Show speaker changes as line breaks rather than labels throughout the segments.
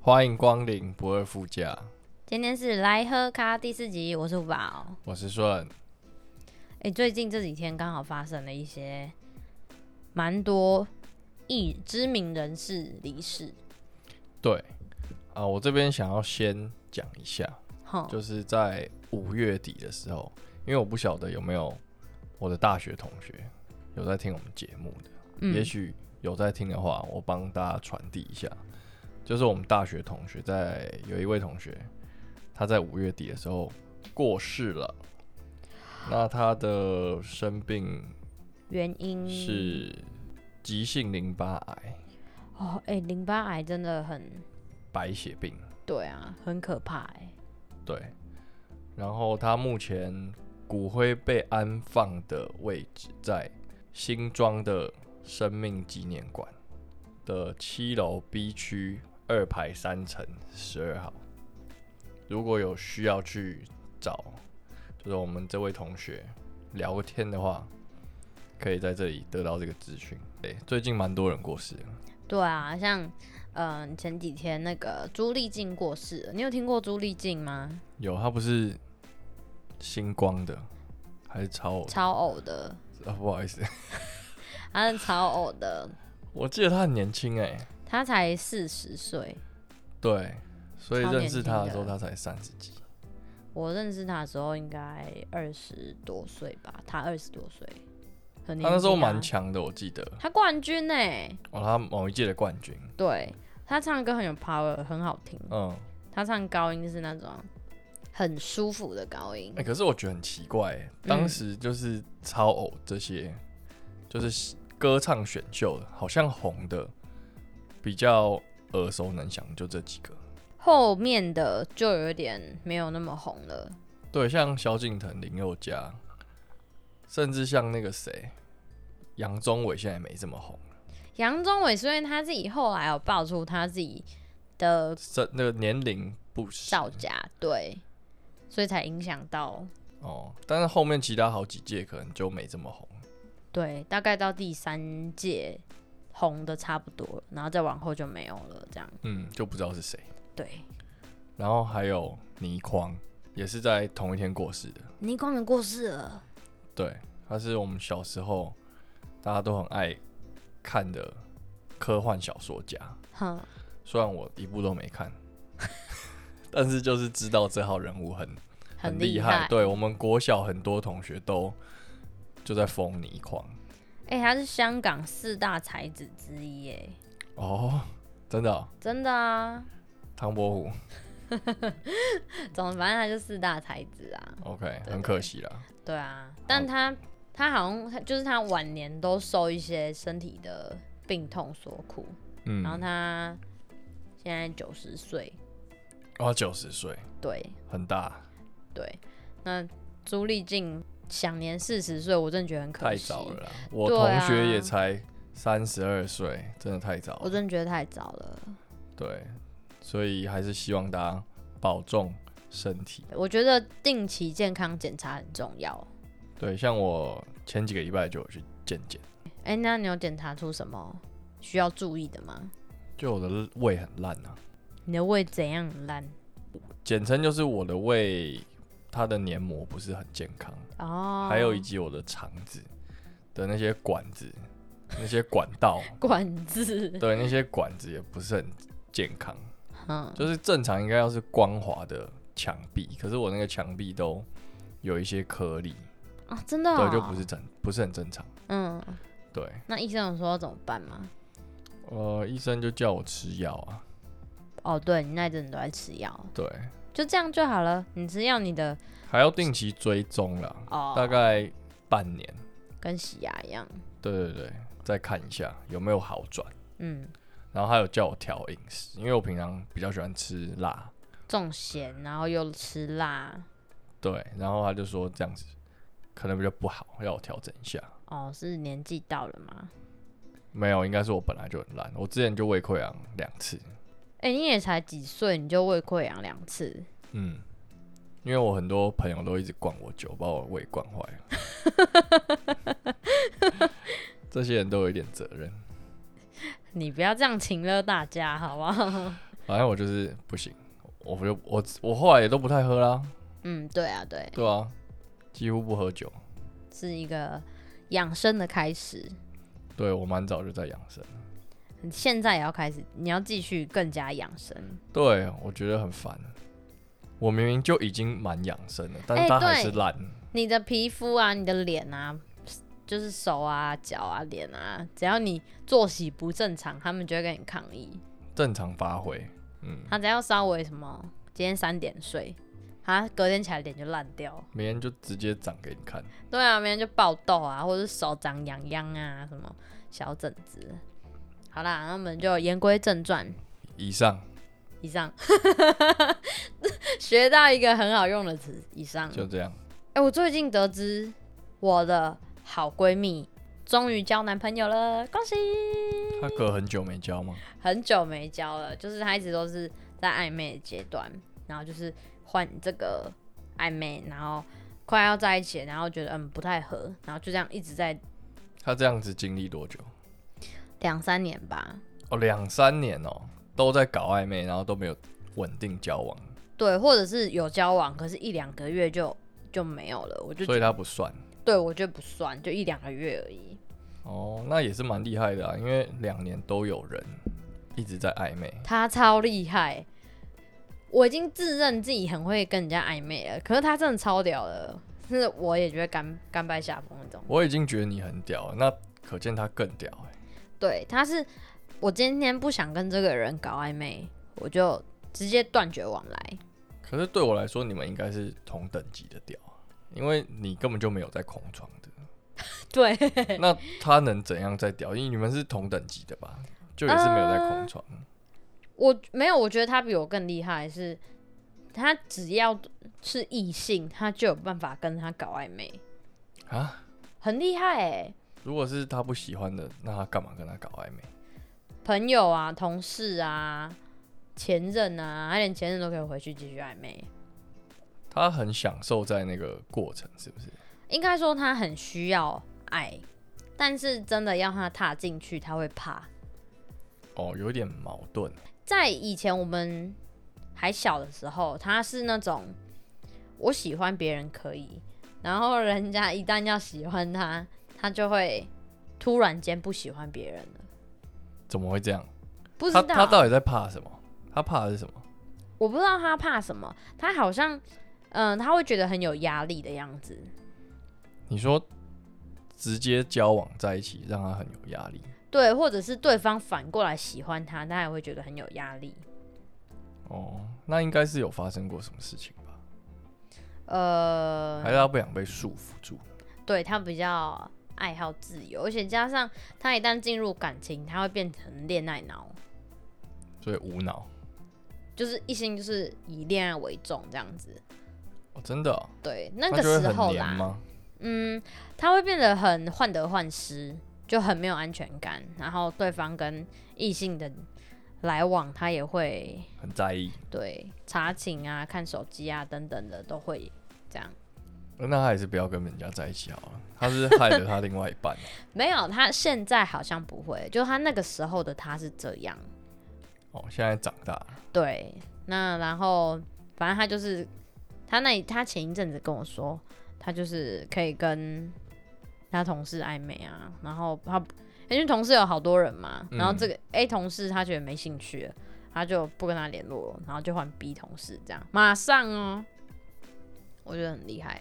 欢迎光临不二副驾，
今天是来喝咖第四集，我是五宝。
我是顺。
哎、最近这几天刚好发生了一些蛮多艺知名人士离世，
对，啊、我这边想要先讲一下，
哼，
就是在五月底的时候，因为我不晓得有没有我的大学同学有在听我们节目的，也
嗯，
许有在听的话，我帮大家传递一下，就是我们大学同学在有一位同学，他在五月底的时候过世了，那他的生病
原因
是急性淋巴癌、
哦，哎、淋巴癌真的很，
白血病。
对啊，很可怕哎、
对，然后他目前骨灰被安放的位置在新庄的生命纪念馆的七楼 B 区二排三层十二号。如果有需要去找，就是我们这位同学聊天的话，可以在这里得到这个资讯。对，最近蛮多人过世的，
对啊，像嗯、前几天那个朱丽静过世了，你有听过朱丽静吗？
有他不是星光的，还是超偶的
超偶的，
啊？不好意思，
她是超偶的，
我记得他很年轻哎、
她才四十岁。
对，所以
超
认
年
识
轻
他的
的
时候他才三十几，
我认识他的时候应该二十多岁吧，他二十多岁，很年轻、啊
他那时候蛮，强的，我记得，
他冠军呢、
哦，他某一届的冠军，
对他唱歌很有 power，很好听，
嗯，
他唱高音是那种很舒服的高音
哎、，可是我觉得很奇怪、欸，
嗯
当时就是超偶这些，就是歌唱选秀的，好像红的比较耳熟能详，就这几个，
后面的就有点没有那么红了。
对，像萧敬腾、林宥嘉，甚至像那个谁，杨宗纬现在没这么红，
杨宗纬虽然他自己后来有爆出他自己的
这那个年龄不少。
造假，对，所以才影响到，
哦，但是后面其他好几届可能就没这么红。
对，大概到第三届红的差不多了，然后再往后就没有了，这样。
嗯，就不知道是谁。
对，
然后还有倪匡，也是在同一天过世的。
倪匡的过世了，
对，他是我们小时候大家都很爱看的科幻小说家，
哼，
虽然我一部都没看， 但是就是知道这号人物很
很
厉
厉害。
对我们国小很多同学都就在疯倪匡。
哎、他是香港四大才子之一，哎，
哦，真的哦、
真的啊，
唐伯虎
总反正他就四大才子啊，
，OK，
对
很
对
可惜啦。
对啊，但他他好像就是他晚年都受一些身体的病痛所苦，
嗯，
然后他现在九十岁，
哦，九十岁，
对
很大，
对，那朱丽静享年四十岁，我真的觉得很可
太
惜，
早了啦。我
对
同
啊
学也才三十二岁，真的太早
我
了。
真的觉得太早了。
对，所以还是希望大家保重身体。
我觉得定期健康检查很重要。
对，像我前几个礼拜就有去健检，
哎、那你有检查出什么需要注意的吗？
就我的胃很烂啊，
你的胃怎样很烂？
简称就是我的胃它的黏膜不是很健康，
哦，
还有以及我的肠子的那些管子、那些管道，
管子，
对，那些管子也不是很健康。
嗯，
就是正常应该要是光滑的墙壁，可是我那个墙壁都有一些颗粒，
啊，真的、哦，
对，就不是，正，不是很正常。
嗯，
对，
那医生有说要怎么办吗？
呃，医生就叫我吃药啊，
哦，对你那一阵子都在吃药，
对，
就这样就好了。你吃药，你的
还要定期追踪啦，
哦，
大概半年，
跟洗牙一样，
对对对，再看一下有没有好转。
嗯，
然后还有叫我调饮食，因为我平常比较喜欢吃辣，
重咸，然后又吃辣，
对，然后他就说这样子可能比较不好，要我调整一下。
哦，是年纪到了吗？
没有，应该是我本来就很烂，我之前就胃溃疡两次，
哎、你也才几岁，你就胃溃疡两次，
嗯，因为我很多朋友都一直灌我酒，把我胃灌坏了。 这些人都有一点责任，
你不要这样情了大家，好不好？
反正我就是不行，我就我我后来也都不太喝啦，
嗯，对啊，对，
对啊，几乎不喝酒，
是一个养生的开始。
对我蛮早就在养生，
你现在也要开始，你要继续更加养生。
对我觉得很烦，我明明就已经蛮养生了，但
哎
是他还
对
是懒，
你的皮肤啊，你的脸啊，就是手啊、脚啊、脸啊，只要你作息不正常，他们就会跟你抗议。
正常发挥，嗯，
他只要稍微什么，今天三点睡，他隔天起来脸就烂掉。
明天就直接长给你看，
对啊，明天就爆痘啊，或者是手长痒痒啊，什么小疹子。好啦，那我们就言归正传，
以上
以上 学到一个很好用的词，以上。
就这样，
哎、我最近得知我的好闺蜜终于交男朋友了，恭喜！
他隔很久没交吗？
很久没交了，就是她一直都是在暧昧的阶段，然后就是换这个暧昧，然后快要在一起了，然后觉得嗯不太合，然后就这样一直在
他这样子经历多久？
两三年吧。
哦，两三年哦，都在搞暧昧，然后都没有稳定交往，
对，或者是有交往，可是一两个月就就没有了，我就
所以他不算。
对我觉得不算，就一两个月而已。
哦，那也是蛮厉害的啊，因为两年都有人一直在暧昧，
他超厉害，我已经自认自己很会跟人家暧昧了，可是他真的超屌了，是我也觉得甘甘拜下风那种。
我已经觉得你很屌了，那可见他更屌哎、
对，他是我今天不想跟这个人搞暧昧，我就直接断绝往来。
可是对我来说，你们应该是同等级的屌啊，因为你根本就没有在空床的，
对，
那他能怎样再屌？因为你们是同等级的吧，就也是没有在空床。
我没有，我觉得他比我更厉害是，他只要是异性，他就有办法跟他搞暧昧，呃
啊，
很厉害哎、
如果是他不喜欢的，那他干嘛跟他搞暧昧？
朋友啊、同事啊、前任啊，他连前任都可以回去继续暧昧。
他很享受在那个过程，是不是？
应该说他很需要爱，但是真的要他踏进去，他会怕。
哦，有点矛盾。
在以前我们还小的时候，他是那种我喜欢别人可以，然后人家一旦要喜欢他，他就会突然间不喜欢别人了。
怎么会这样？
不知
他
道
他到底在怕什么？他怕的是什么？
我不知道他怕什么，他好像嗯、他会觉得很有压力的样子。
你说直接交往在一起，让他很有压力。
对，或者是对方反过来喜欢他，他也会觉得很有压力。
哦，那应该是有发生过什么事情吧？
呃嗯
还，是他不想被束缚住？
对他比较爱好自由，而且加上他一旦进入感情，他会变成恋爱脑，
所以无脑？
就是一心就是以恋爱为重这样子。
哦，真的哦、
对，那
就
个时
会很
候
黏
啦，
吗？
嗯，他会变得很患得患失，就很没有安全感，然后对方跟异性的来往，他也会
很在意。
对查寝啊、看手机啊等等的都会这样。
那他还是不要跟人家在一起好了。他是害了他另外一半。
没有，他现在好像不会，就他那个时候的他是这样。
哦，现在长大了，
对，那然后反正他就是他那他前一阵子跟我说，他就是可以跟他同事暧昧啊，然后他因为同事有好多人嘛，然后这
嗯
个 A 同事他觉得没兴趣了，他就不跟他联络了，然后就换 B 同事这样，马上哦，我觉得很厉害，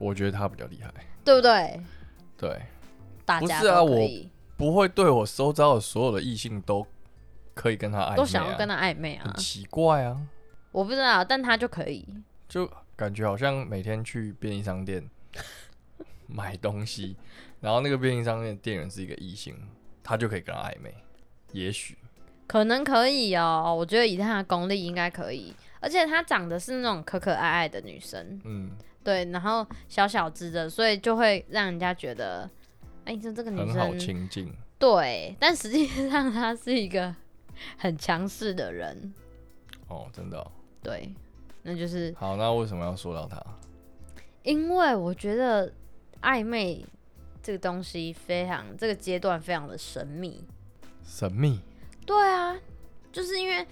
我觉得他比较厉害。
对不对？
对，
大
不
家
是啊
都可
我
以，
不会对我周遭的所有的异性都可以跟他暧昧、啊，
都想要跟他暧昧啊
很，奇怪啊，
我不知道，但他就可以，
就感觉好像每天去便利商店 买东西，然后那个便利商店店员是一个异性，他就可以跟他暧昧，也许
可能可以哦，我觉得以她的功力应该可以，而且她长得是那种可可爱爱的女生，
嗯
对，然后小小只的，所以就会让人家觉得，哎、你说这个女
很好
生
亲近。
对，但实际上她是一个很强势的人，
哦，真的哦、
对，那就是
好，那为什么要说到他？
因为我觉得暧昧这个东西非常这个阶段非常的神秘，
神秘，
对啊，就是因为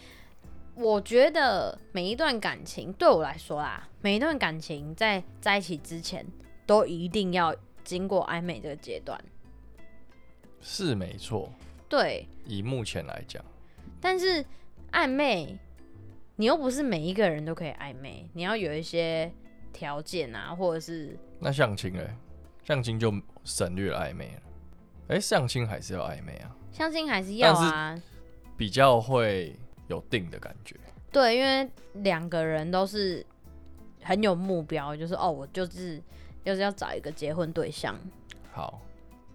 我觉得每一段感情对我来说啦，每一段感情在在一起之前都一定要经过暧昧这个阶段，
是没错。
对。
以目前来讲，
但是暧昧，你又不是每一个人都可以暧昧，你要有一些条件啊，或者是
那相亲嘞，相亲就省略了暧昧了。哎、相亲还是要暧昧啊，
相亲还是要啊。
比较会有定的感觉。
对，因为两个人都是很有目标，就是哦，我就是就是要找一个结婚对象。
好，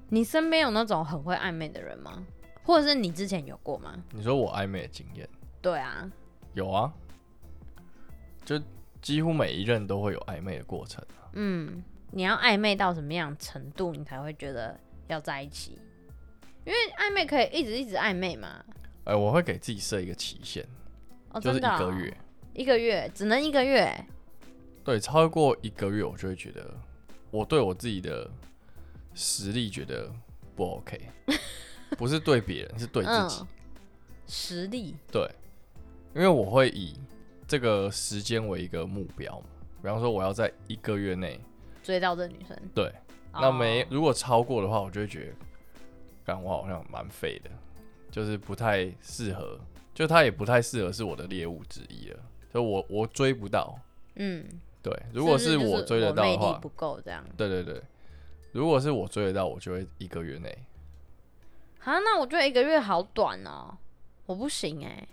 你身边有那种很会暧昧的人吗？或者是你之前有过吗？
你说我暧昧的经验
对啊，
有啊，就几乎每一任都会有暧昧的过程。
嗯，你要暧昧到什么样程度，你才会觉得要在一起？因为暧昧可以一直一直暧昧嘛。
哎、我会给自己设一个期限，
哦，
就是一
真的哦、
个月。
一个月只能一个月，
对，超过一个月，我就会觉得我对我自己的实力觉得不 OK，不是对别人，是对自己。
嗯实力
对，因为我会以这个时间为一个目标嘛，比方说我要在一个月内，
追到这女生。
对，那没
哦
如果超过的话，我就会觉得，干我好像蛮废的，就是不太适合，就他也不太适合是我的猎物之一了，就我我追不到。
嗯，
对，如果
是不是
我
就是
追得到的
我魅
话
力，不够这样。
对对对，如果是我追得到，我就会一个月内。
啊，那我觉得一个月好短哦，我不行哎、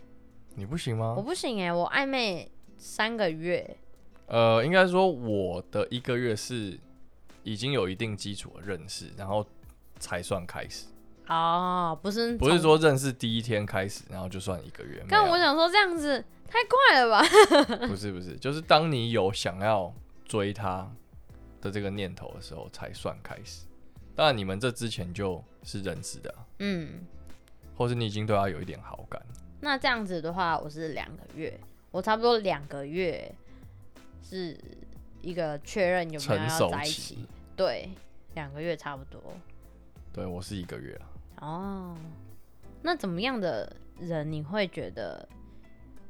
你不行
我
吗？
不行哎、我暧昧三个月，
呃，应该说我的一个月是已经有一定基础的认识，然后才算开始，
哦，不是
不是
从，
说认识第一天开始，然后就算一个月。没
但
有
我想说这样子太快了吧？
不是不是，就是当你有想要追他的这个念头的时候，才算开始。当然，你们这之前就是认识的啊，
嗯，
或是你已经对他有一点好感。
那这样子的话，我是两个月，我差不多两个月是一个确认有没有
成
要
熟
在一起
期，，
对，两个月差不多。
对我是一个月啊。
哦，那怎么样的人你会觉得？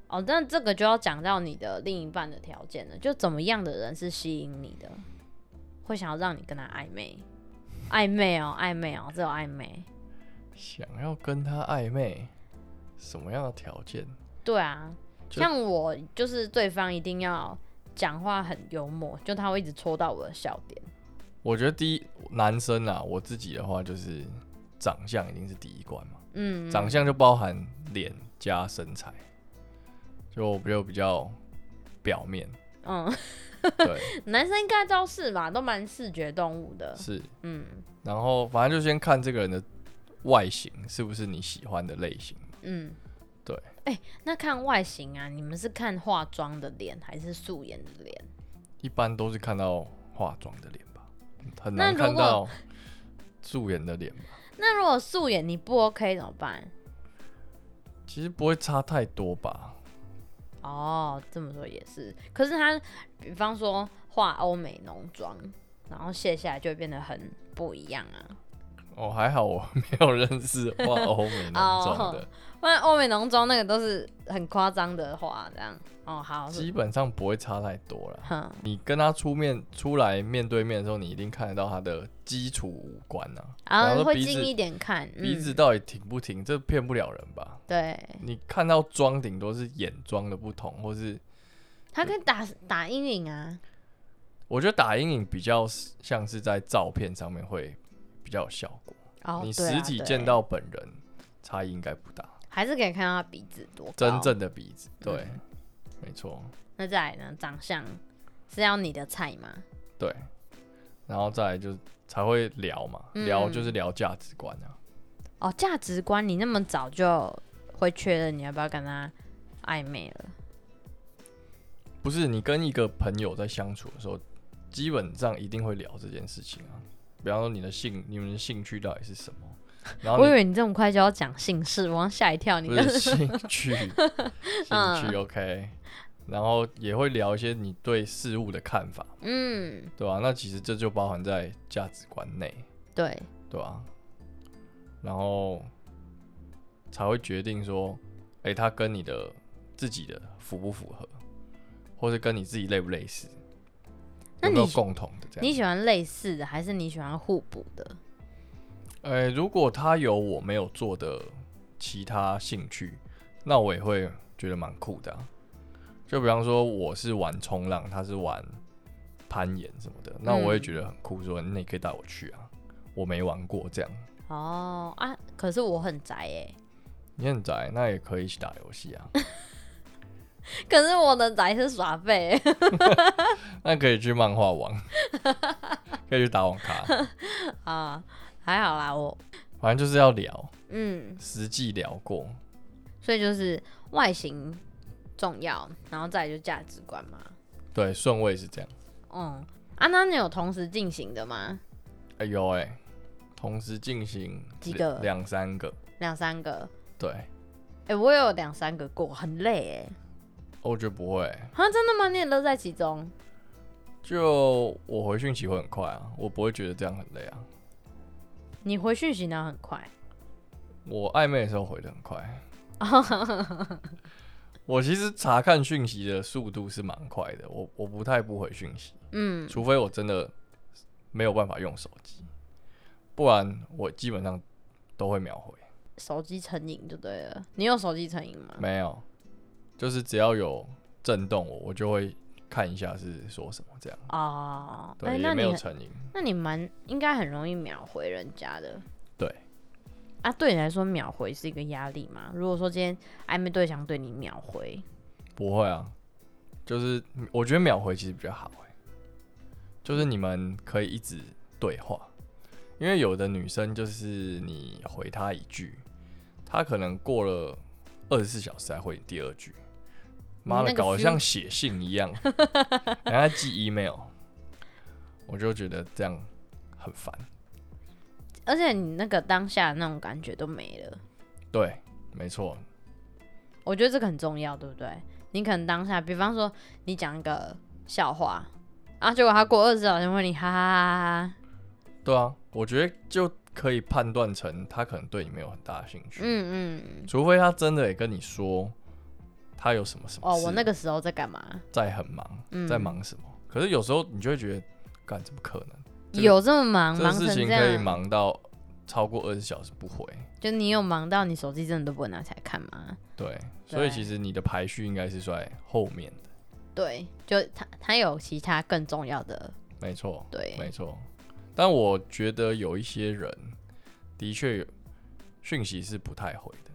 哦，那这个就要讲到你的另一半的条件了，就怎么样的人是吸引你的，会想要让你跟他暧昧？暧昧哦，暧昧哦，只有暧昧。
想要跟他暧昧，什么样的条件？
对啊，
就
像我就是对方一定要讲话很幽默，就他会一直戳到我的笑点。
我觉得第一男生啊，我自己的话就是长相一定是第一关嘛，
嗯，
长相就包含脸加身材，就我比较比较表面，
嗯，
对，
男生应该都是吧，都蛮视觉动物的。
是，
嗯
然后反正就先看这个人的外形是不是你喜欢的类型。
嗯，
对。
哎、那看外形啊，你们是看化妆的脸还是素颜的脸？
一般都是看到化妆的脸吧，很
那
难
如
看
果
到素颜的脸吧。
那如果素颜你不 OK 怎么办？
其实不会差太多吧，
哦，这么说也是。可是他，比方说化欧美浓妆，然后卸下来就会变得很不一样啊。
哦，还好我没有认识画欧美那种 的，
不然欧美浓妆那个都是很夸张的话，这样。哦，好，
基本上不会差太多啦。
哼，
你跟他出面出来面对面的时候，你一定看得到他的基础五官啊，
然
后
后会
鼻
近
子
一点看，
鼻子
嗯、
到底挺不挺，这骗不了人吧？
对，
你看到妆顶多是眼妆的不同，或是
他可以打打阴影啊。
我觉得打阴影比较是像是在照片上面会比较有效果，
哦，
你
对啊
实体
对
见到本人差异应该不大，
还是可以看到他鼻子多高
真。正的鼻子对，
嗯
没错。
那再来呢？长相是要你的菜吗？
对，然后再来就才会聊嘛，
嗯
聊就是聊价值观啊。
哦，价值观你那么早就会确认你要不要跟他暧昧了。
不是你跟一个朋友在相处的时候，基本上一定会聊这件事情啊。比方说你的兴，你们的兴趣到底是什么？然后
我
哦
以
你
为你这么快就要讲姓氏，我刚吓一跳。你
不
刚
是兴趣，兴
嗯
趣 OK，然后也会聊一些你对事物的看法，
嗯，
对吧、啊那其实这就包含在价值观内，啊
对，
对吧、然后才会决定说，诶、它跟你的自己的符不符合，或者跟你自己类不类似，
那
有没有
你
共同的这
你
样？
喜欢类似的，还是你喜欢互补的？
诶、如果他有我没有做的其他兴趣，那我也会觉得蛮酷的啊、就比方说我是玩冲浪，他是玩攀岩什么的，那我也
嗯
觉得很酷说那你可以带我去啊，我没玩过这样。
哦啊，可是我很宅哎、
你很宅，那也可以一起打游戏啊。
可是我的宅是耍废、 欸。
那可以去漫画网，可以去打网咖，
啊，还好啦，我
反正就是要聊，
嗯，
实际聊过。
所以就是外形重要，然后再来就价值观嘛。
对，顺位是这样。
嗯，啊，那你有同时进行的吗？
哎呦哎，同时进行
几
两
个
两三个。
两三个？
对，
哎、我也有两三个过，很累哎、
哦我觉得不会，
啊，真的吗？你也乐在其中？
就我回讯息会很快啊，我不会觉得这样很累啊。
你回讯息呢很快，
我暧昧的时候回的很快， 我其实查看讯息的速度是蛮快的，我我不太不回讯息。
嗯，
除非我真的没有办法用手机，不然我基本上都会秒回。
手机成瘾就对了。你有手机成瘾吗？
没有，就是只要有震动我，我就会看一下是说什么这样。
哦，
对，
哎、
也
那
没
你
有
很
成瘾。
那你蛮应该很容易秒回人家的。
对。
啊，对你来说秒回是一个压力吗？如果说今天暧昧对象对你秒回，
不会啊，就是我觉得秒回其实比较好、欸、就是你们可以一直对话，因为有的女生就是你回她一句，她可能过了二十四小时才回你第二句，妈
你那
的
个
搞得
feel
像写信一 样，人家寄 email，我就觉得这样很烦。
而且你那个当下的那种感觉都没了，
对，没错，
我觉得这个很重要，对不对？你可能当下，比方说你讲一个笑话，啊，结果他过二十小时问你哈哈哈哈哈，
对啊，我觉得就可以判断成她可能对你没有很大的兴趣。
嗯嗯，
除非他真的也跟你说他有什么什么
哦，
事
我那个时候在干嘛？
在很忙，
嗯，
在忙什么？可是有时候你就会觉得，干怎么可能？这个
有这么忙，
这个
嗯忙成
事情
这
可以
样，
忙到超过二十小时不回，
就你有忙到你手机真的都不会拿起来看吗？
对，所以
对
其实你的排序应该是在后面的，
对，就他他有其他更重要的，
没错，
对，
没错。但我觉得有一些人的确有讯息是不太回的，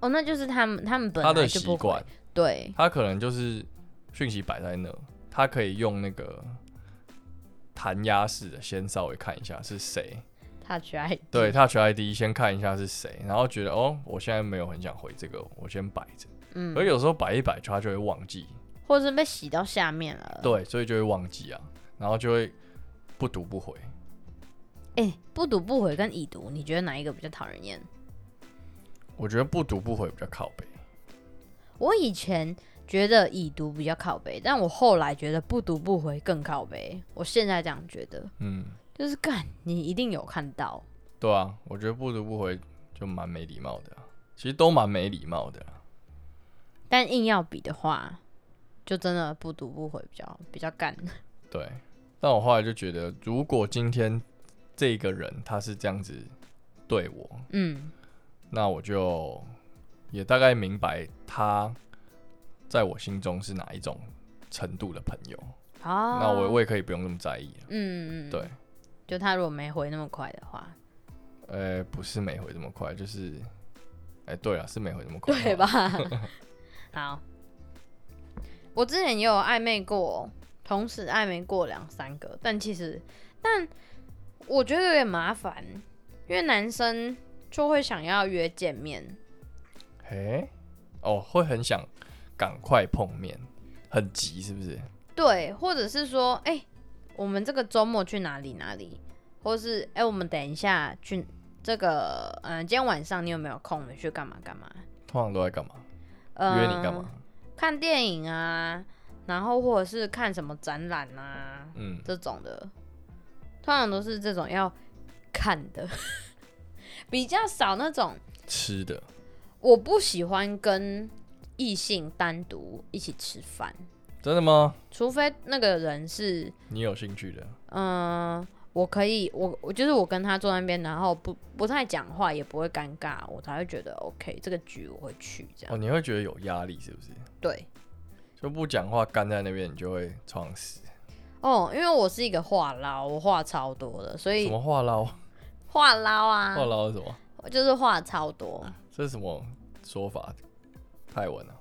哦，那就是他们他们本
他
来
的
就
习
不会
惯，，
对，
他可能就是讯息摆在那，他可以用那个弹压式的，先稍微看一下是谁，
他去爱，
对，Touch ID 先看一下是谁，然后觉得哦，我现在没有很想回这个，我先摆着。
嗯
而，有时候摆一摆，他就会忘记，
或者是被洗到下面了，
对，所以就会忘记啊，然后就会不读不回。
哎、不读不回跟已读，你觉得哪一个比较讨人厌？
我觉得不读不回比较靠背，
我以前觉得已读比较靠背，但我后来觉得不读不回更靠背。我现在这样觉得，
嗯，
就是干，你一定有看到。
对啊，我觉得不读不回就蛮没礼貌的啊、其实都蛮没礼貌的啊、
但硬要比的话，就真的不读不回比较比较干。
对，但我后来就觉得，如果今天这个人他是这样子对我，
嗯，
那我就也大概明白他在我心中是哪一种程度的朋友。
哦，
那我我也可以不用那么在意啊了。
嗯嗯，嗯
对，
就他如果没回那么快的 话，
呃，不是没回这么快，就是，哎、对啊，是没回这么快，
对？吧？ 好，我之前也有暧昧过，同时暧昧过两三个，但其实，但我觉得有点麻烦，因为男生就会想要约见面，
哎、哦，会很想赶快碰面，很急是不是？
对，或者是说，哎、我们这个周末去哪里哪里，或是哎、我们等一下去这个，嗯、今天晚上你有没有空？我们去干嘛干嘛？
通常都在干嘛？
呃、
约你干嘛？？
看电影啊，然后或者是看什么展览啊，
嗯，
这种的，通常都是这 种要看的，比较少那种。
吃的，
我不喜欢跟异性单独一起吃饭，
真的吗？
除非那个人是
你有兴趣的？
嗯，我可以，我我就是我跟他坐那边，然后不不太讲话，也不会尴尬，我才会觉得 OK，这个局我会去这样。
哦，你会觉得有压力是不是？
对，
就不讲话干在那边，你就会撞死。
哦，因为我是一个话痨，我话超多的，所
什
以
么话唠？
话痨啊，
话唠是什啊么？
我就是话超多，
这是什么说法？泰文啊？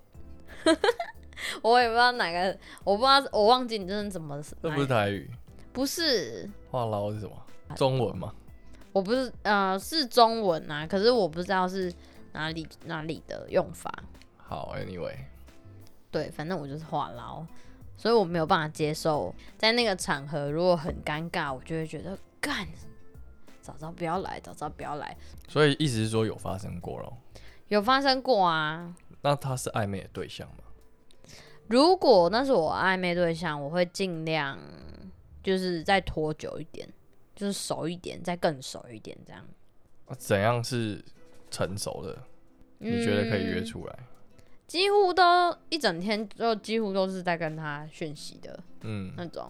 我也不知道哪个，我不知道，我忘记你真的怎么
这不是
哪
台语，
不是，
话唠是什么？中文嘛？
我不是呃是中文啊，可是我不知道是哪里哪里的用法。
好，Anyway，
对，反正我就是话痨，所以我没有办法接受在那个场合如果很尴尬，我就会觉得干，早知道不要来，早知道不要来。
所以意思是说有发生过咯。
有发生过啊，
那他是暧昧的对象吗？
如果那是我暧昧对象，我会尽量就是再拖久一点，就是熟一点，再更熟一点这样。
啊怎样是成熟的？你觉得可以约出来？
几乎都一整天就几乎都是在跟他讯息的
嗯，
那种，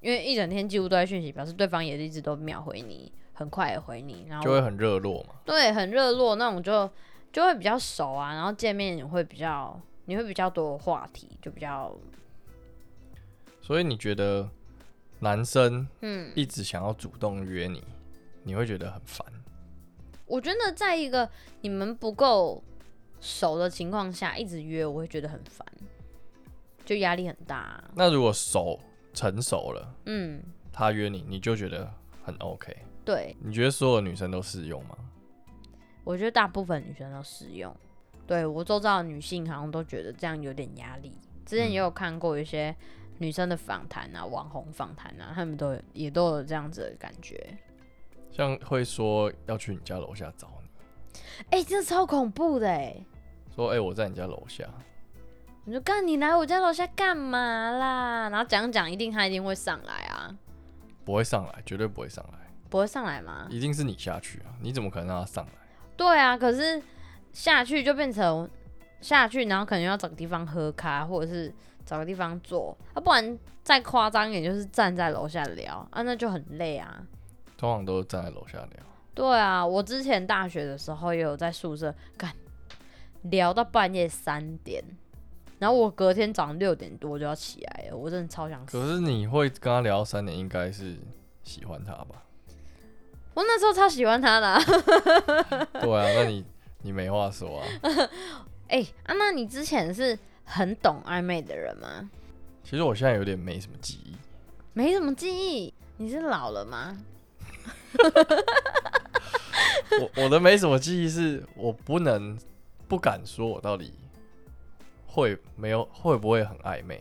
因为一整天几乎都在讯息，表示对方也一直都秒回你，很快也回你，然后
就会很热络嘛。
对很热络那种就就会比较熟啊，然后见面也会比较你会比较多话题，就比较
所以你觉得男生
嗯，
一直想要主动约你，你会觉得很烦？
我觉得在一个你们不够熟的情况下一直约，我会觉得很烦，就压力很大啊、
那如果熟成熟了，
嗯，
他约你，你就觉得很 OK？
对，
你觉得所有女生都适用吗？
我觉得大部分女生都适用。对我周遭的女性好像都觉得这样有点压力。之前也有看过一些女生的访谈啊，网红访谈啊，她们都有也都有这样子的感觉。
像会说要去你家楼下找你，
哎、真的超恐怖的哎、
说哎、我在你家楼下，
你就干你来我家楼下干嘛啦？然后讲讲，一定她一定会上来啊，
不会上来，绝对不会上来，
不会上来吗？
一定是你下去啊！你怎么可能让他上来？
对啊，可是下去就变成下去，然后可能要找个地方喝咖，或者是找个地方坐，啊，不然再夸张一点就是站在楼下聊啊，那就很累啊。
通常都是站在楼下聊，
对啊，我之前大学的时候也有在宿舍干聊到半夜三点，然后我隔天早上六点多就要起来了，我真的超想死。
可是你会跟他聊到三点，应该是喜欢他吧？
我那时候超喜欢他的、啊，
对啊，那你你没话说啊。
哎、啊，那你之前是很懂暧昧的人吗？
其实我现在有点没什么记忆，
没什么记忆，你是老了吗？
我我的没什么记忆是我不能不敢说我到底会没有会不会很暧昧，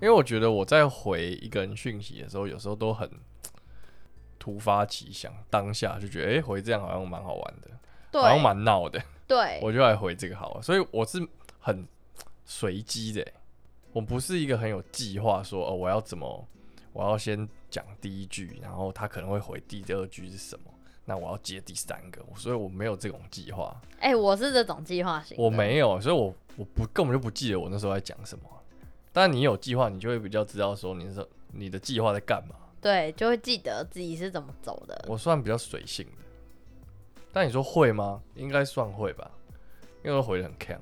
因为我觉得我在回一个人讯息的时候，有时候都很突发奇想，当下就觉得诶，回这样好像蛮好玩的，
对，
好像蛮闹的，
对，
我就来回这个好了，所以我是很随机的欸，我不是一个很有计划说哦我要怎么，我要先讲第一句，然后他可能会回第二句是什么，那我要接第三个，所以我没有这种计划，
哎、我是这种计划型的，
我没有，所以我我不根本就不记得我那时候在讲什么。但你有计划，你就会比较知道说你是你的计划在干嘛。
对，就会记得自己是怎么走的。
我算比较随性的，但你说会吗？应该算会吧，因为我回的很强。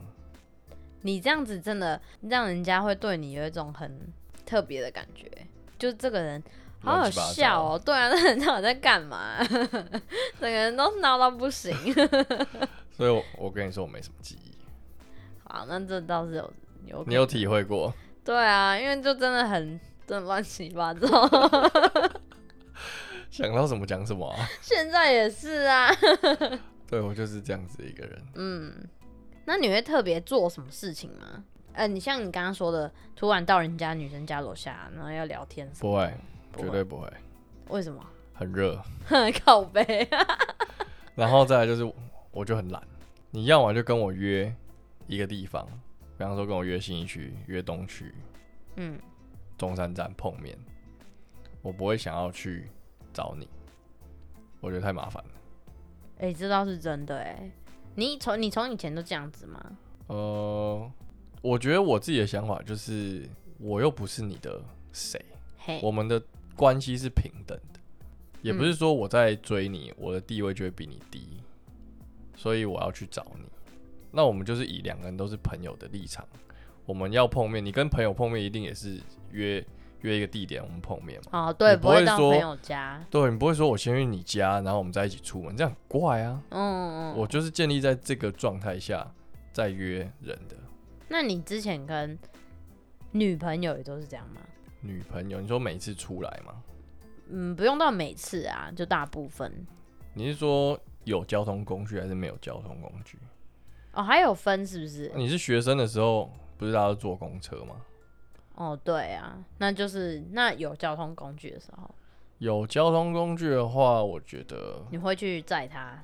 你这样子真的让人家会对你有一种很特别的感觉，就这个人好好
乱七八糟
笑哦、对啊，那 人到底在干嘛？整个人都闹到不行。
所以我，我跟你说，我没什么记忆。
好，那这倒是有有
你有体会过？
对啊，因为就真的很真的乱七八糟，
想到什么讲什么啊？
现在也是啊。
对我就是这样子一个人。
嗯，那你会特别做什么事情吗？呃，你像你刚刚说的，突然到人家女生家楼下，然后要聊天什么？
不会，
不会
绝对不会。
为什么？
很热，
靠 背。
然后再来就是，我就很懒。你要么就跟我约一个地方，比方说跟我约新一区、约东区、
嗯，
中山站碰面，我不会想要去找你，我觉得太麻烦了。
哎、这倒是真的哎、你从你从以前都这样子吗？
呃，我觉得我自己的想法就是，我又不是你的谁，
嘿，
我们的关系是平等的，也不是说我在追你，我的地位就会比你低，所以我要去找你。那我们就是以两个人都是朋友的立场，我们要碰面，你跟朋友碰面一定也是约约一个地点，我们碰面嘛。
哦，对，
你不
不会
会
到
说
朋友家。
对你不会说我先去你家，然后我们再一起出门，这样很怪啊。
嗯，嗯
我就是建立在这个状态下再约人的
那你之前跟女朋友也都是这样吗？
女朋友，你说每一次出来吗？
嗯，不用到每次啊，就大部分
你是说有交通工具还是没有交通工具？
哦，还有分是不是？
你是学生的时候，不是大家都坐公车吗？
哦，对啊，那就是那有交通工具的时候，
有交通工具的话，我觉得
你会去载他。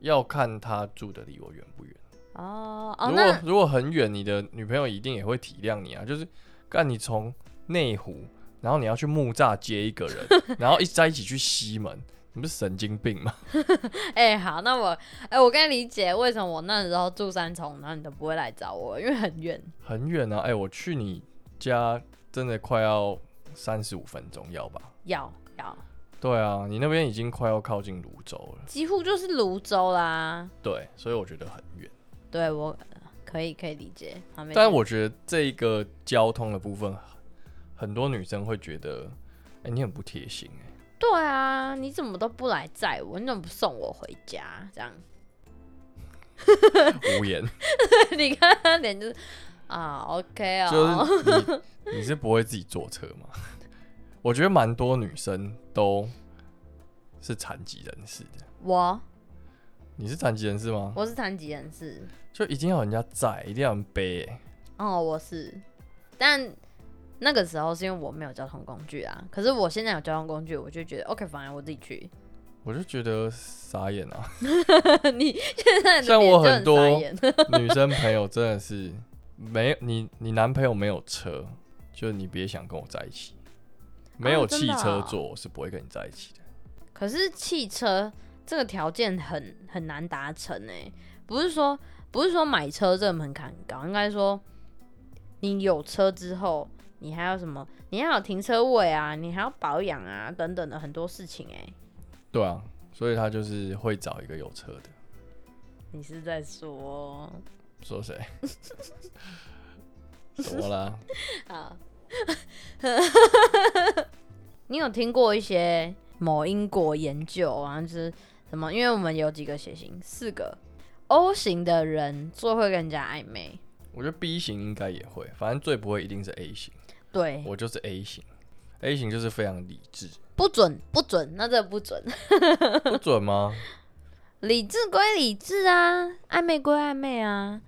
要看他住的离我远不远。
哦哦，
如果
那
如果很远，你的女朋友一定也会体谅你啊。就是干你从内湖，然后你要去木栅接一个人， 然后一在一起去西门，你不是神经病吗？
哎、好，那我哎、我刚理解为什么我那时候住三重，然后你都不会来找我，因为很远。
很远啊！哎、我去你家真的快要三十五分钟，要吧？
要要，
对啊，你那边已经快要靠近泸州了。
几乎就是泸州啦。
对，所以我觉得很远。
对我可以可以理解，好没事
但我觉得这一个交通的部分，很多女生会觉得，哎、你很不贴心、哎，
对啊，你怎么都不来载我？你怎么不送我回家？这样，
哎无言，
你看他脸就是啊，OK 哦，
就是你你是不会自己坐车吗？ 我觉得蛮多女生都是残疾人士的。
我
你是残疾人士吗？
我是残疾人士，
就一定要人家载，一定要人背、哎
哦，我是，但那个时候是因为我没有交通工具啊。可是我现在有交通工具，我就觉得 OK，反正我自己去。
我就觉得傻眼啊！
你现在的
像
脸
我
就
很
很
多
傻眼
女生朋友真的是没你，你男朋友没有车，就你别想跟我在一起。没有
真的
汽
哦
车坐，我是不会跟你在一起的。
可是汽车这个条件很很难达成哎、不是说不是说买车这个门槛很高，应该说你有车之后，你还有什么？你还有停车位啊，你还要保养啊，等等的很多事情哎、
对啊，所以他就是会找一个有车的。
你是在说
说谁？怎么啦？
好， 你有听过一些某英国研究啊，就是什么？因为我们有几个血型，四个 O 型的人最会跟人家暧昧。
我觉得 B 型应该也会，反正最不会一定是 A 型。
对，
我就是 A 型，A 型就是非常理智，
不准，不准，那这不准。
不准吗？
理智归理智啊，暧昧归暧昧啊。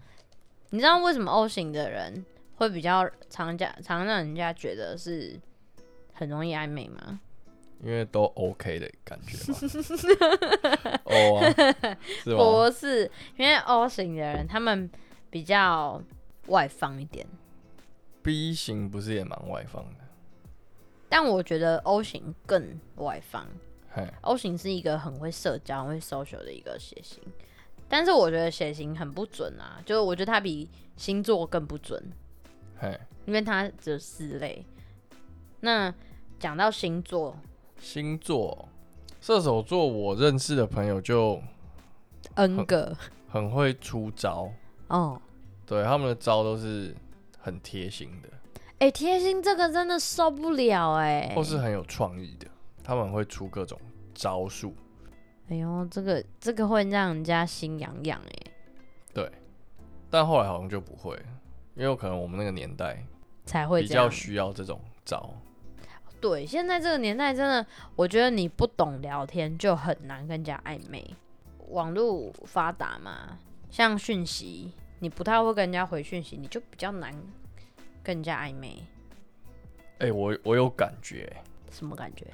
你知道为什么 O 型的人会比较常家常让人家觉得是很容易暧昧吗？
因为都 OK 的感觉嘛。哦、啊，是吗？
不是，因为 O 型的人他们比较外放一点，
B 型不是也蛮外放的？
但我觉得 O 型更外放。
嘿，
O 型是一个很会社交、很会 social 的一个血型，但是我觉得血型很不准啊，就是我觉得它比星座更不准，
嘿，
因为它只有四类。那讲到星座，
星座，射手座，我认识的朋友就
n 个
很会出招，
哦，
对他们的招都是很贴心的，
哎、贴心这个真的受不了哎、
或是很有创意的，他们会出各种招数。
哎呦，这个这个会让人家心痒痒哎。
但后来好像就不会，因为有可能我们那个年代
才会
比
这
较
样，
需要这种招。
对，现在这个年代真的，我觉得你不懂聊天就很难跟人家暧昧。网络发达嘛，像讯息，你不太会跟人家回讯息，你就比较难跟人家暧昧。
哎、我我有感觉、
什么感觉？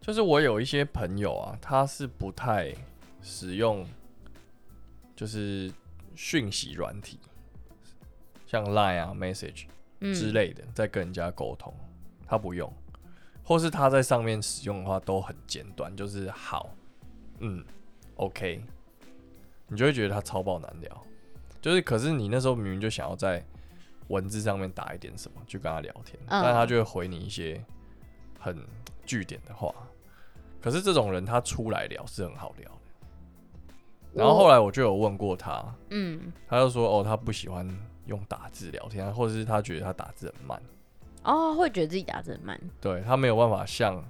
就是我有一些朋友啊，他是不太使用，就是讯息软体，像 Line 啊、Message 之
嗯，
类的，在跟人家沟通，他不用，或是他在上面使用的话都很简短，就是好，嗯，OK，你就会觉得他超爆难聊。就是，可是你那时候明明就想要在文字上面打一点什么，去跟他聊天，
嗯
但他就会回你一些很据点的话。可是这种人他出来聊是很好聊的。然后后来我就有问过他，
嗯，
他就说哦，他不喜欢用打字聊天，或者是他觉得他打字很慢，
哦，会觉得自己打字很慢，
对他没有办法像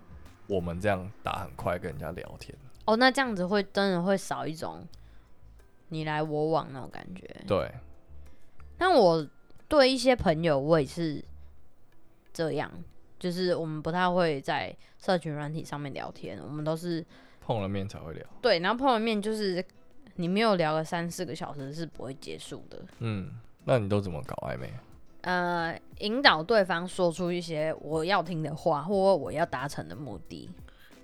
我们这样打很快跟人家聊天。
哦，那这样子会真的会少一种你来我往那种感觉。
对，
但我对一些朋友，我也是这样，就是我们不太会在社群软体上面聊天，我们都是
碰了面才会聊。
对，然后碰完面就是你没有聊个三四个小时是不会结束的。
嗯，那你都怎么搞暧昧？啊
呃，引导对方说出一些我要听的话，或我要达成的目的，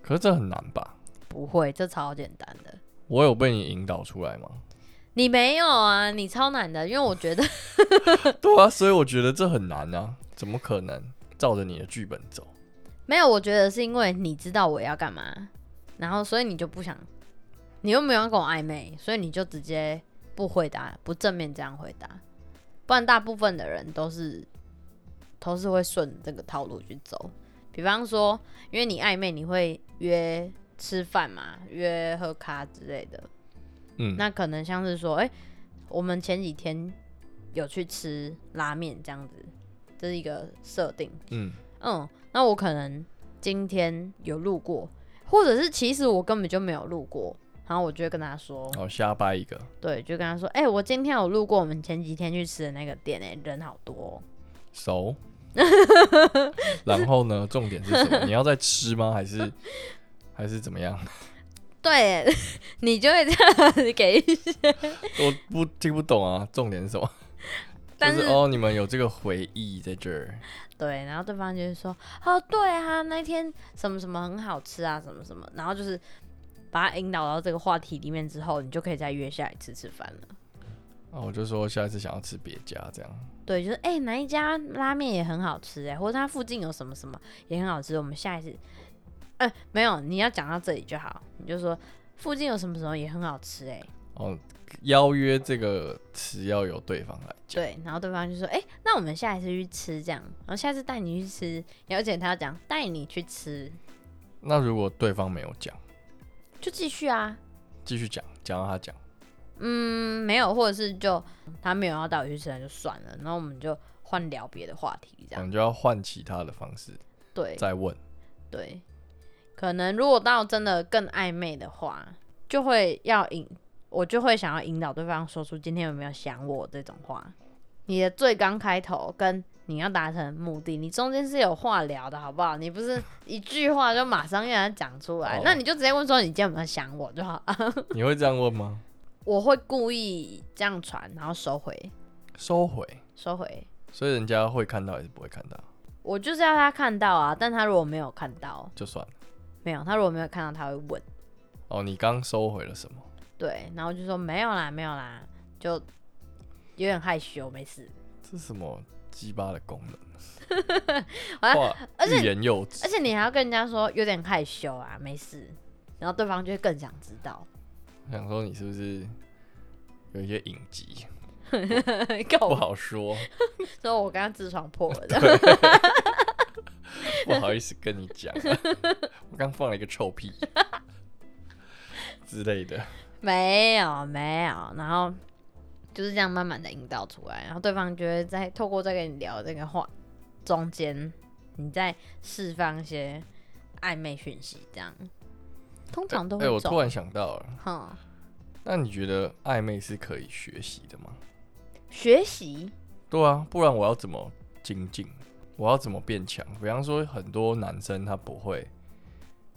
可是这很难吧？
不会，这超简单的。
我有被你引导出 来吗？
你没有啊，你超难的，因为我觉得
对啊，所以我觉得这很难啊，怎么可能照着你的剧本走？
没有，我觉得是因为你知道我要干嘛，然后所以你就不想，你又没有要跟我暧昧，所以你就直接不回答，不正面这样回答。不然大部分的人都是都是会顺这个套路去走。比方说，因为你暧昧，你会约吃饭嘛，约喝咖之类的。
嗯，
那可能像是说，哎、我们前几天有去吃拉面这样子，这是一个设定。
嗯，
嗯，那我可能今天有路过，或者是其实我根本就没有路过，然后我就会跟他说，
好，瞎掰一个，
对，就跟他说，哎、我今天有路过我们前几天去吃的那个店、哎，人好多哦、
熟。然后呢？重点是什么？你要再吃吗？还是 还是怎么 样？
对， 你就会这样子给一些，
我不听不懂啊，重点是什么？
但
就是
是
哦，你们有这个回忆在这儿，
对，然后对方就是说，哦，对啊，那天什么什么很好吃啊，什么什么，然后就是把他引导到这个话题里面之后，你就可以再约下来吃吃饭了。
啊，我就说下一次想要吃别家这样。
对，就是哎、欸哪一家拉面也很好吃哎、或者它附近有什么什么也很好吃，我们下一次，哎、没有，你要讲到这里就好，你就说附近有什么什么也很好吃哎、
哦，邀约这个词要由对方来讲。
对，然后对方就说哎、欸那我们下一次去吃这样，然后下次带你去吃，而且他要讲带你去吃，
那如果对方没有讲，
就继续啊，
继续讲，讲到他讲，
嗯，没有，或者是就他没有要带我去吃，那就算了，然后我们就换聊别的话题这
我
样，
们就要换其他的方式
对，
再 问。
对，可能如果到真的更暧昧的话，就会要引，我就会想要引导对方说出今天有没有想我这种话。你的最刚开头跟你要达成的目的，你中间是有话聊的好不好？你不是一句话就马上让他讲出来，
哦
那你就直接问说你今天有没有想我就好。
你会这样问吗？
我会故意这样传，然后收回，
收回，
收回。
所以人家会看到还是不会看到，
我就是要他看到啊，但他如果没有看到，
就算了。
没有，他如果没有看到，他会问。
哦，你刚收回了什么？
对，然后就说没有啦，没有啦，就有点害羞，没事。
这是什么鸡巴的功能？
啊
哇，
而且
欲言又止
而。且你还要跟人家说有点害羞啊，没事，然后对方就会更想知 道。
我想说你是不是有一些隐疾，不
够，
好说，
所以我刚刚痔疮破了，这样
对 不好意思跟你讲 啊、我刚放了一个臭屁之类的。
没有没有，然后就是这样慢慢的引导出来，然后对方就会在透过在跟你聊这个话中间，你再释放一些暧昧讯息，这样通常都
哎、我
会
突
中。
然想到了，
哼、
那你觉得暧昧是可以学习的吗？
学习
对啊，不然我要怎么精进？我要怎么变强？比方说，很多男生他不会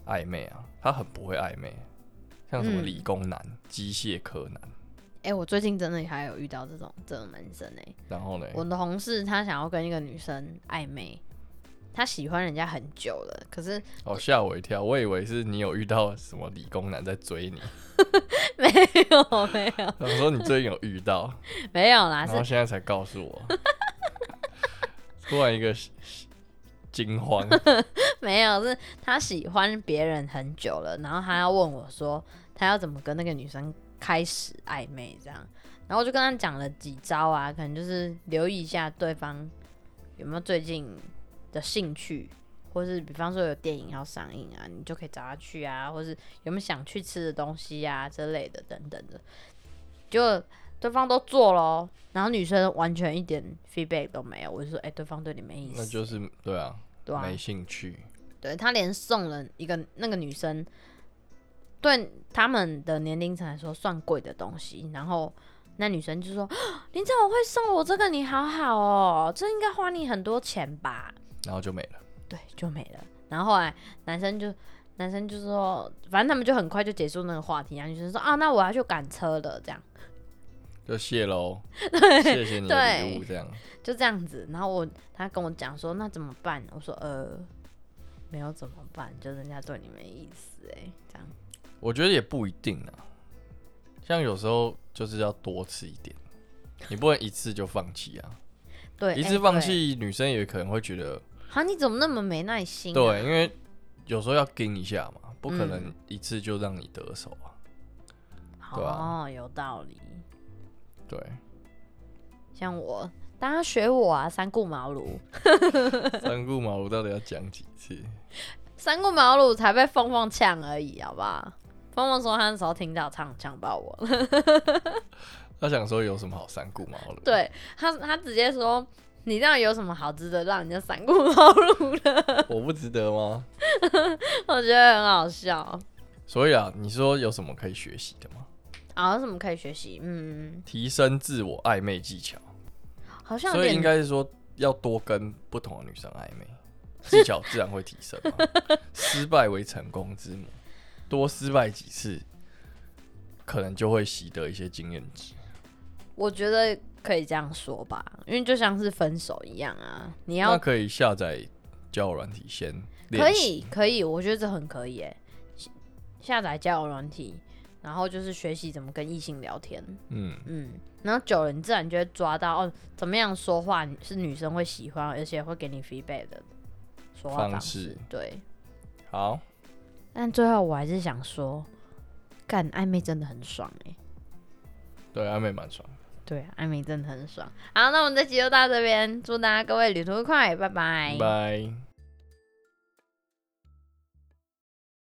暧昧啊，他很不会暧昧，像什么
嗯
理工男、机、械科男，
哎、我最近真的还有遇到这种这种男生哎、
然后呢，
我的同事他想要跟一个女生暧昧，他喜欢人家很久了，可 是
哦吓我一跳，我以为是你有遇到什么理工男在追你，
没有哦没有
我说你最近有遇到，
没有啦，
然后
是
现在才告诉我， 突然一个惊 慌，
没有是他喜欢别人很久了，然后他要问我说他要怎么跟那个女生开始暧昧这样，然后我就跟他讲了几招啊，可能就是留意一下对方有没有最近的兴趣，或是比方说有电影要上映啊，你就可以找他去啊，或是有没有想去吃的东西啊之类的等等的，就对方都做咯，然后女生完全一点 feedback 都没有，我就说哎、对方对你没意
那
思，
就是对啊，
对啊，
没兴趣。
对他连送了一个那个女生，对他们的年龄层来说算贵的东西，然后那女生就说：“林总，我会送我这个，你好好哦，这应该花你很多钱吧
然后就没了。？”
对，就没了。然后后来男生就男生就说，反正他们就很快就结束那个话题，然后女生说：“啊，那我要去赶车了。”这样
就谢 喽，谢谢你的礼物，
对
这样
就这样子。然后我他跟我讲说：“那怎么办？”我说：“呃，没有怎么办，就人家对你没意思、欸，这样。”
我觉得也不一定啊。像有时候就是要多吃一点，你不能一次就放弃啊！
对，
一
欸
次放
对
弃，女生也可能会觉得
啊，你怎么那么没耐心、啊？
对，因为有时候要盯一下嘛，不可能
嗯
一次就让你得手啊。对啊
哦，有道理。
对，
像我，大家学我啊，三顾茅庐，
三顾茅庐到底要讲几次？
三顾茅庐才被凤凤呛而已，好不好？凤凤说她那时候听到唱呛爆我 了，
他想说有什么好三顾茅庐？，
对她她直接说。你这样有什么好值得让人家三顾茅庐 的？
我不值得吗？
我觉得很好笑。
所以啊，你说有什么可以学习的吗？
啊，有什么可以学习？嗯，
提升自我暧昧技巧。
好像有
所以
点
应该是说要多跟不同的女生暧昧，技巧自然会提 升嘛。失败为成功之母，多失败几次，可能就会习得一些经验值。
我觉得可以这样说吧，因为就像是分手一样啊，你要
那可以下载交友软体先
可
练习，
以，可以，我觉得这很可以诶。下载交友软体，然后就是学习怎么跟异性聊天，
嗯，
嗯，然后久了你自然就会抓到哦，怎么样说话是女生会喜欢，而且会给你 feedback 的说话
方
方
式
对，
好，
但最后我还是想说，干暧昧真的很爽诶。
对暧昧蛮爽的，
对啊，暧昧真的很爽。好，那我们这集就到这边，祝大家各位旅途愉快，拜拜
拜。